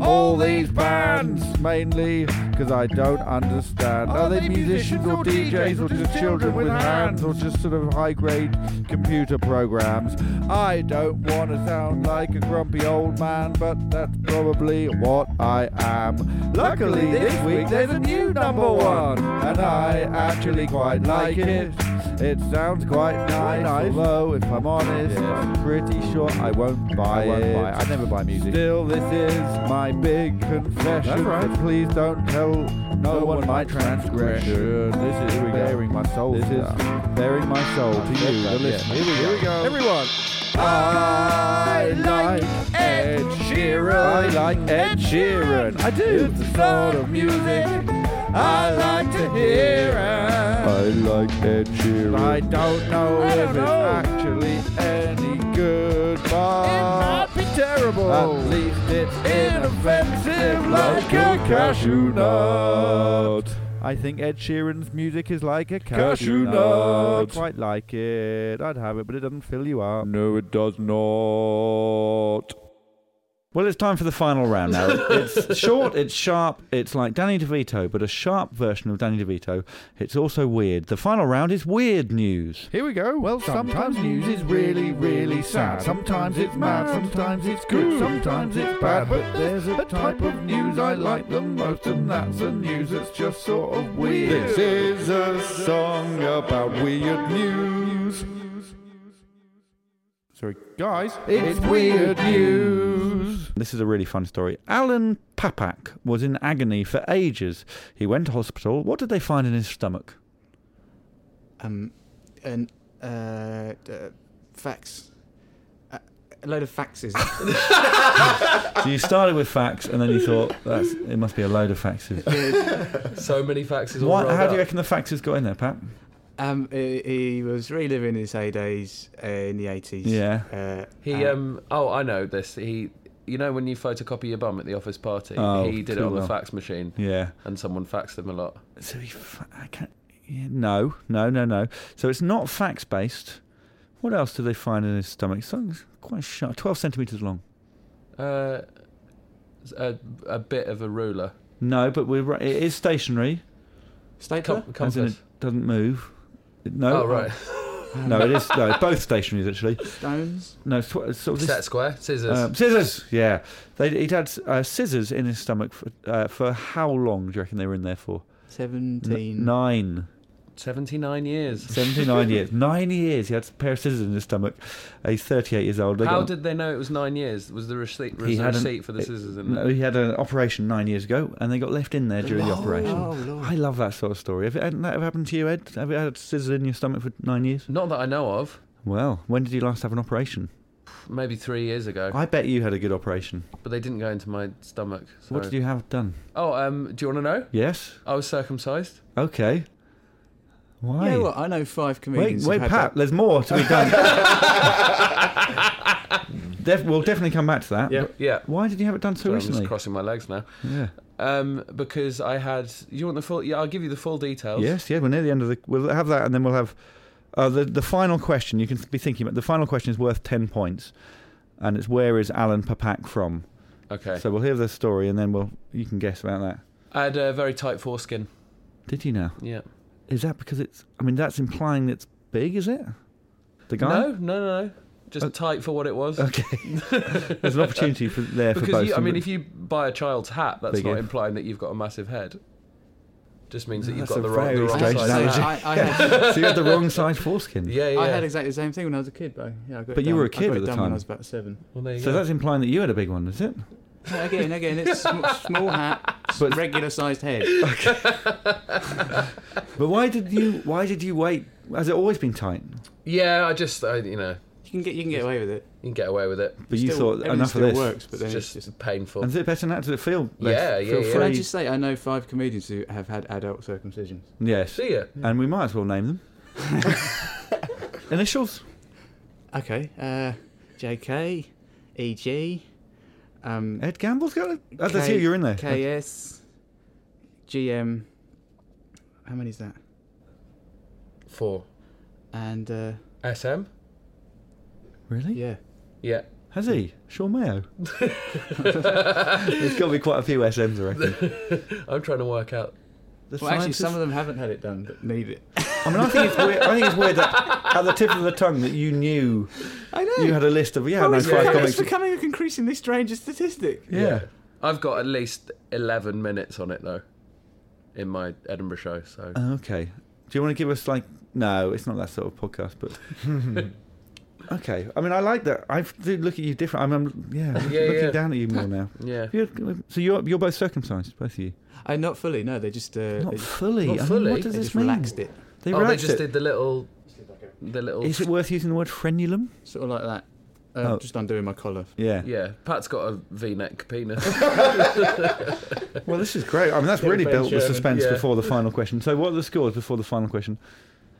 [SPEAKER 8] all these bands mainly because I don't understand. Are they musicians or DJs or just children with hands or just sort of high grade computer programs? I don't want to sound like a grumpy old man, but that's probably what I am. Luckily, this week there's a new number one, and I actually quite like it. It sounds quite nice, although if I'm honest, I'm pretty sure I won't buy it. I never buy music. Still, this is my big confession. That's right. Please don't tell no one my transgression. This is bearing my soul. This is bearing my soul to you, the listener. Here we go. Everyone. I like Ed Sheeran. I like Ed Sheeran. I do. It's the sort of music I like to hear. I like Ed Sheeran. I don't know if it's actually any good, but it might be terrible. At least it's inoffensive, like a cashew nut. I think Ed Sheeran's music is like a cashew, nut. I quite like it. I'd have it, but it doesn't fill you up. No, it does not.
[SPEAKER 4] Well, it's time for the final round now. It's short, it's sharp, it's like Danny DeVito, but a sharp version of Danny DeVito. It's also weird. The final round is weird news.
[SPEAKER 8] Here we go. Well, sometimes news is really, really sad. Sometimes it's mad, sometimes it's good, sometimes it's bad. But there's a type of news I like the most, and that's the news that's just sort of weird. This is a song about weird news.
[SPEAKER 4] Sorry, guys.
[SPEAKER 8] It's weird
[SPEAKER 4] news. This is a really fun story. Alan Papak was in agony for ages. He went to hospital. What did they find in his stomach?
[SPEAKER 6] Um, and uh, uh facts. Uh, a load of faxes.
[SPEAKER 4] So you started with facts, and then you thought that's it must be a load of faxes.
[SPEAKER 5] so many faxes. All
[SPEAKER 4] What,
[SPEAKER 5] rolled
[SPEAKER 4] how do you
[SPEAKER 5] up.
[SPEAKER 4] reckon the faxes got in there, Pat?
[SPEAKER 6] um, he, he was reliving his heydays uh, in the eighties.
[SPEAKER 4] Yeah.
[SPEAKER 6] Uh,
[SPEAKER 5] He um oh I know this. He you know when you photocopy your bum at the office party,
[SPEAKER 4] Oh,
[SPEAKER 5] he did it
[SPEAKER 4] too
[SPEAKER 5] on
[SPEAKER 4] well.
[SPEAKER 5] the fax machine.
[SPEAKER 4] Yeah.
[SPEAKER 5] And someone faxed him a lot.
[SPEAKER 4] So he, fa- I can't. Yeah, no, no, no, no. So it's not fax based. What else do they find in his stomach? Something's quite sharp, twelve centimeters long.
[SPEAKER 5] Uh a, a bit of a ruler.
[SPEAKER 4] No, but we're right. It is stationary.
[SPEAKER 5] Stapler? Com-
[SPEAKER 4] As in
[SPEAKER 5] compass.
[SPEAKER 4] it doesn't move. It- No.
[SPEAKER 5] Oh, right.
[SPEAKER 4] no, it is. No, it's both stationaries actually.
[SPEAKER 6] Stones.
[SPEAKER 4] No, it's tw- sort of this-
[SPEAKER 5] Set square, scissors.
[SPEAKER 4] Um, scissors. Yeah, they, he'd had uh, scissors in his stomach for uh, for how long? Do you reckon they were in there for?
[SPEAKER 6] Seventeen.
[SPEAKER 4] Nine.
[SPEAKER 5] 79 years.
[SPEAKER 4] 79 years. Nine years. He had a pair of scissors in his stomach. Uh, he's 38 years old. They
[SPEAKER 5] How
[SPEAKER 4] got-
[SPEAKER 5] did they know it was nine years? Was the receipt, was
[SPEAKER 4] he
[SPEAKER 5] the
[SPEAKER 4] had an-
[SPEAKER 5] receipt for the scissors in there?
[SPEAKER 4] No, he had an operation nine years ago, and they got left in there during the operation. I love that sort of story. Have it, hadn't that ever happened to you, Ed? Have you had scissors in your stomach for nine years?
[SPEAKER 5] Not that I know of.
[SPEAKER 4] Well, when did you last have an operation?
[SPEAKER 5] Maybe three years ago.
[SPEAKER 4] I bet you had a good operation.
[SPEAKER 5] but they didn't go into my stomach. So.
[SPEAKER 4] What did you have done?
[SPEAKER 5] Oh, um, do you want to know?
[SPEAKER 4] Yes.
[SPEAKER 5] I was circumcised.
[SPEAKER 4] Okay. Why?
[SPEAKER 6] You know what? I know five
[SPEAKER 4] Wait,
[SPEAKER 6] comedians. who've
[SPEAKER 4] wait,
[SPEAKER 6] had
[SPEAKER 4] Pat. There's more to be done. Def- we'll definitely come back to that.
[SPEAKER 5] Yeah. Yeah.
[SPEAKER 4] Why did you have it done so
[SPEAKER 5] So I'm
[SPEAKER 4] recently?
[SPEAKER 5] just crossing my legs now.
[SPEAKER 4] Yeah.
[SPEAKER 5] Um, because I had. You want the full? Yeah, I'll give you the full
[SPEAKER 6] Oh.
[SPEAKER 5] details.
[SPEAKER 4] Yes, yeah, we're near the end of the. We'll have that, and then we'll have uh, the the final question. You can be thinking about the final question is worth ten points, and it's where is Alan Papak from?
[SPEAKER 5] Okay.
[SPEAKER 4] So we'll hear the story, and then we'll you can guess about that.
[SPEAKER 5] I had a very tight foreskin.
[SPEAKER 4] Did you now?
[SPEAKER 5] Yeah.
[SPEAKER 4] Is that because it's? I mean, that's implying it's big, is it? The guy. Uh,
[SPEAKER 5] No, no, no, no. Just tight for what it was.
[SPEAKER 4] Okay. There's an opportunity for there for
[SPEAKER 5] because
[SPEAKER 4] both.
[SPEAKER 5] you, I mean,
[SPEAKER 4] somebody-
[SPEAKER 5] if you buy a child's hat, that's
[SPEAKER 4] Bigger.
[SPEAKER 5] not implying that you've got a massive head. Just means that you've
[SPEAKER 4] That's
[SPEAKER 5] got
[SPEAKER 4] a
[SPEAKER 5] the wrong, the
[SPEAKER 4] very
[SPEAKER 5] wrong
[SPEAKER 4] strange
[SPEAKER 5] size.
[SPEAKER 4] analogy.
[SPEAKER 5] hat.
[SPEAKER 6] I- I had-
[SPEAKER 4] so you had the wrong size foreskin.
[SPEAKER 5] Yeah, yeah.
[SPEAKER 6] I had exactly the same thing when I was a kid, though. Yeah, I got it
[SPEAKER 4] But you
[SPEAKER 6] done-
[SPEAKER 4] were a
[SPEAKER 6] I
[SPEAKER 4] kid
[SPEAKER 6] got
[SPEAKER 4] at
[SPEAKER 6] it
[SPEAKER 4] the
[SPEAKER 6] done
[SPEAKER 4] time.
[SPEAKER 6] When I was about seven.
[SPEAKER 5] well, there you
[SPEAKER 4] So
[SPEAKER 5] go.
[SPEAKER 4] that's implying that you had a big one, is it?
[SPEAKER 6] Yeah, again, again, it's sm- small hat,
[SPEAKER 4] But-
[SPEAKER 6] regular sized head.
[SPEAKER 4] But why did you? Why did you wait? Has it always been tight?
[SPEAKER 5] Yeah, I just, I, you know,
[SPEAKER 6] You can get you can get away with it.
[SPEAKER 5] you can get away with it.
[SPEAKER 4] But you
[SPEAKER 6] Still-
[SPEAKER 4] thought
[SPEAKER 6] everything
[SPEAKER 4] enough of
[SPEAKER 6] still
[SPEAKER 4] this.
[SPEAKER 6] works, but then
[SPEAKER 5] It's
[SPEAKER 6] it's
[SPEAKER 5] just,
[SPEAKER 6] just.
[SPEAKER 5] painful.
[SPEAKER 4] And is it better now? Does it feel?
[SPEAKER 5] Yeah,
[SPEAKER 4] less,
[SPEAKER 5] yeah,
[SPEAKER 4] feel
[SPEAKER 5] yeah.
[SPEAKER 6] Can I
[SPEAKER 4] free?
[SPEAKER 6] just say I know five comedians who have had adult circumcisions?
[SPEAKER 4] Yes.
[SPEAKER 5] See ya.
[SPEAKER 4] And we might as well name them. Initials.
[SPEAKER 6] Okay, uh, J.K., E.G., um,
[SPEAKER 4] Ed Gamble's got. A, oh, that's
[SPEAKER 6] K-
[SPEAKER 4] you. You're in there.
[SPEAKER 6] K.S., G.M. How many is that?
[SPEAKER 5] Four.
[SPEAKER 6] And uh,
[SPEAKER 5] SM?
[SPEAKER 4] Really?
[SPEAKER 6] yeah,
[SPEAKER 5] Yeah.
[SPEAKER 4] Has he? Sean Mayo. There's got to be quite a few SMs, I reckon.
[SPEAKER 5] I'm trying to work out.
[SPEAKER 4] The
[SPEAKER 6] well, actually, some of
[SPEAKER 4] scientists-
[SPEAKER 6] them haven't had it done but need it.
[SPEAKER 4] I mean, I think it's weird. I think it's weird that at the tip of the tongue that you knew
[SPEAKER 6] I know.
[SPEAKER 4] you had a list of yeah,
[SPEAKER 6] Well,
[SPEAKER 4] no
[SPEAKER 6] it's,
[SPEAKER 4] five
[SPEAKER 6] becoming,
[SPEAKER 4] comics.
[SPEAKER 6] it's becoming a increasingly strange statistic.
[SPEAKER 4] yeah.
[SPEAKER 5] I've got at least 11 minutes on it, though, in my Edinburgh show, so.
[SPEAKER 4] Oh, Okay. Do you want to give us like? No, it's not that sort of podcast, but. Okay, I mean, I like that. I do look at you different. I'm, I'm yeah, looking
[SPEAKER 5] Yeah, yeah.
[SPEAKER 4] down at you more now.
[SPEAKER 5] yeah.
[SPEAKER 4] You're, so you're you're both circumcised, both of you.
[SPEAKER 6] Uh, not fully, no. They just uh,
[SPEAKER 4] Not
[SPEAKER 6] they just,
[SPEAKER 4] fully.
[SPEAKER 5] not
[SPEAKER 4] I mean,
[SPEAKER 5] fully.
[SPEAKER 4] what does
[SPEAKER 6] they
[SPEAKER 4] this
[SPEAKER 6] just
[SPEAKER 4] mean?
[SPEAKER 6] relaxed it,
[SPEAKER 4] They
[SPEAKER 5] oh, they
[SPEAKER 4] relaxed
[SPEAKER 5] just
[SPEAKER 4] it.
[SPEAKER 5] did the little. The little.
[SPEAKER 4] Is it worth using the word frenulum?
[SPEAKER 6] sort of like that. Uh,
[SPEAKER 4] Oh.
[SPEAKER 6] Just undoing my collar.
[SPEAKER 4] Yeah.
[SPEAKER 5] yeah, Pat's got a V neck penis.
[SPEAKER 4] Well, this is great. I mean, that's really
[SPEAKER 5] Ben
[SPEAKER 4] built the
[SPEAKER 5] Sherman,
[SPEAKER 4] suspense
[SPEAKER 5] yeah.
[SPEAKER 4] before the final question. So, what are the scores before the final question?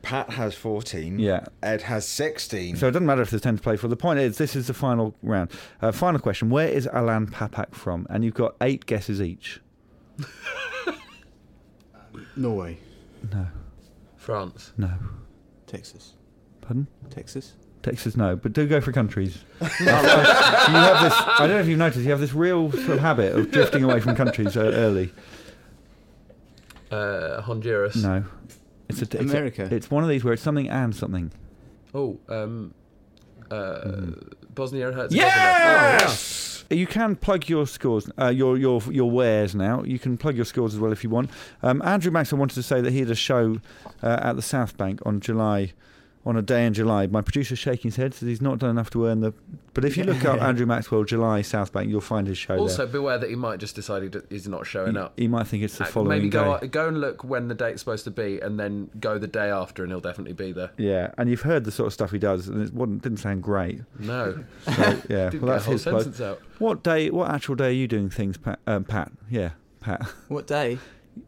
[SPEAKER 7] Pat has 14.
[SPEAKER 4] Yeah.
[SPEAKER 7] Ed has 16.
[SPEAKER 4] So it doesn't matter if there's 10 to play for. The point is, this is the final round. Uh, final question Where is Alan Papak from? And you've got eight guesses each.
[SPEAKER 6] Norway,
[SPEAKER 5] France.
[SPEAKER 4] No.
[SPEAKER 6] Texas,
[SPEAKER 4] Pardon?
[SPEAKER 6] Texas.
[SPEAKER 4] Texas, no. But do go for countries. you have this, I don't know if you've noticed, you have this real sort of habit of drifting away from countries uh, early.
[SPEAKER 5] Uh, Honduras.
[SPEAKER 4] No. It's a, it's a-
[SPEAKER 6] America.
[SPEAKER 4] it's one of these where it's something and something.
[SPEAKER 5] Oh, um. Uh,
[SPEAKER 4] Hmm.
[SPEAKER 5] Bosnia and Herzegovina. Oh,
[SPEAKER 4] Yes! You can plug your scores, uh, your your your wares now. You can plug your scores as well if you want. Um, Andrew Maxwell wanted to say that he had a show uh, at the South Bank on July, on a day in July. My producer's shaking his head, says he's not done enough to earn the. But if you look up Andrew Maxwell July South Bank, you'll find his show
[SPEAKER 5] Also,
[SPEAKER 4] there.
[SPEAKER 5] beware that he might just decide he d- he's not showing up.
[SPEAKER 4] He might think it's the
[SPEAKER 5] Uh,
[SPEAKER 4] following
[SPEAKER 5] Maybe
[SPEAKER 4] day.
[SPEAKER 5] go go and look when the date's supposed to be, and then go the day after, and he'll definitely be there.
[SPEAKER 4] Yeah, and you've heard the sort of stuff he does, and it wasn't, didn't sound great.
[SPEAKER 5] No.
[SPEAKER 4] So, yeah,
[SPEAKER 5] Didn't
[SPEAKER 4] well,
[SPEAKER 5] get a
[SPEAKER 4] that's
[SPEAKER 5] whole
[SPEAKER 4] his plug.
[SPEAKER 5] sentence out.
[SPEAKER 4] What day? What actual day are you doing things, Pat? Um, Pat? Yeah, Pat.
[SPEAKER 6] What day?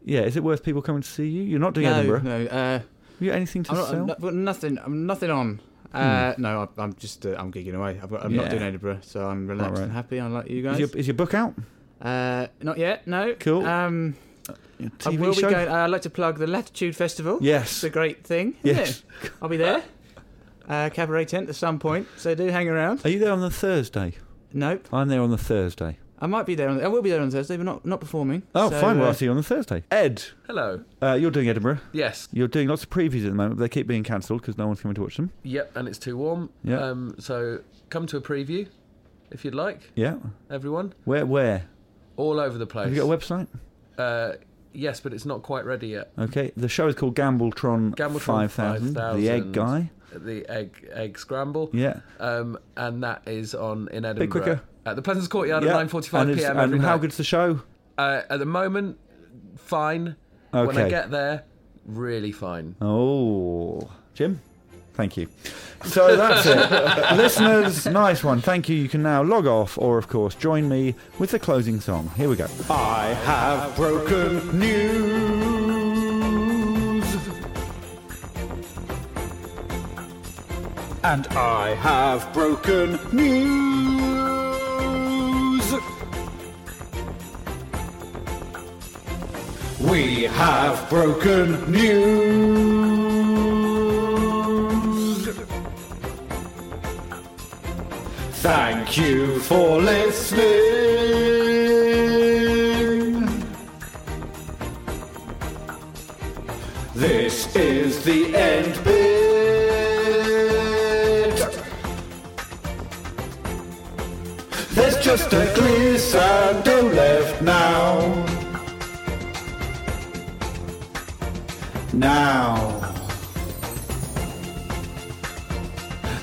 [SPEAKER 4] Yeah, is it worth people coming to see you? You're not doing
[SPEAKER 6] no,
[SPEAKER 4] Edinburgh.
[SPEAKER 6] No, uh, Have
[SPEAKER 4] you anything to
[SPEAKER 6] I'm not,
[SPEAKER 4] sell? Hmm.
[SPEAKER 6] I'm not- well, nothing. I'm nothing on. Uh, No, I, I'm just uh, I'm gigging away. I've got, I'm
[SPEAKER 4] Yeah.
[SPEAKER 6] not doing Edinburgh, so I'm relaxed
[SPEAKER 4] right.
[SPEAKER 6] and happy. I like you
[SPEAKER 4] Is
[SPEAKER 6] guys.
[SPEAKER 4] your, is your book out?
[SPEAKER 6] Uh, not yet. No.
[SPEAKER 4] Cool.
[SPEAKER 6] Um, I
[SPEAKER 4] TV
[SPEAKER 6] will be
[SPEAKER 4] show?
[SPEAKER 6] going. Uh, I'd like to plug the Latitude Festival.
[SPEAKER 4] Yes.
[SPEAKER 6] it's a great thing. isn't
[SPEAKER 4] Yes.
[SPEAKER 6] it? I'll be there. Uh, cabaret tent at some point, so do hang around.
[SPEAKER 4] Are you there on the Thursday?
[SPEAKER 6] Nope.
[SPEAKER 4] I'm there on the Thursday.
[SPEAKER 6] I might be there. On, I will be there on Thursday, but not not performing.
[SPEAKER 4] Oh,
[SPEAKER 6] So,
[SPEAKER 4] fine. Well,
[SPEAKER 6] uh,
[SPEAKER 4] I'll see you on the Thursday. Ed.
[SPEAKER 5] Hello.
[SPEAKER 4] Uh, you're doing Edinburgh.
[SPEAKER 5] Yes.
[SPEAKER 4] You're doing lots of previews at the moment, but they keep being cancelled because no one's coming to watch them.
[SPEAKER 5] Yep, and it's too warm.
[SPEAKER 4] Yeah.
[SPEAKER 5] Um, so come to a preview if you'd like,
[SPEAKER 4] Yeah.
[SPEAKER 5] everyone.
[SPEAKER 4] Where? Where?
[SPEAKER 5] All over the place.
[SPEAKER 4] Have you got a website?
[SPEAKER 5] Uh, yes, but it's not quite ready yet.
[SPEAKER 4] Okay. The show is called Gambletron,
[SPEAKER 5] Gambletron
[SPEAKER 4] 5000. The Egg
[SPEAKER 5] 5000,
[SPEAKER 4] Guy.
[SPEAKER 5] The egg egg scramble.
[SPEAKER 4] Yeah.
[SPEAKER 5] Um, and that is on in Edinburgh.
[SPEAKER 4] quicker.
[SPEAKER 5] At the Pleasance Courtyard
[SPEAKER 4] Yeah,
[SPEAKER 5] at 9:45
[SPEAKER 4] and it's-
[SPEAKER 5] p.m.
[SPEAKER 4] And
[SPEAKER 5] every
[SPEAKER 4] how
[SPEAKER 5] night.
[SPEAKER 4] good's the show?
[SPEAKER 5] Uh, at the moment, fine. When
[SPEAKER 4] Okay.
[SPEAKER 5] I get there, really fine.
[SPEAKER 4] Oh, Jim. Thank you. So that's it. Listeners, nice one. Thank you. You can now log off or, of course, join me with the closing song. Here we go.
[SPEAKER 8] I have broken news. And I have broken news. We have broken news. Thank you for listening. This is the end bit. There's just a glissando left now. Now.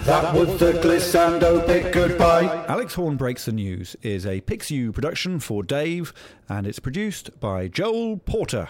[SPEAKER 8] That was the glissando bit. Goodbye.
[SPEAKER 4] Alex Horn Breaks the News is a PixU production for Dave, and it's produced by Joel Porter.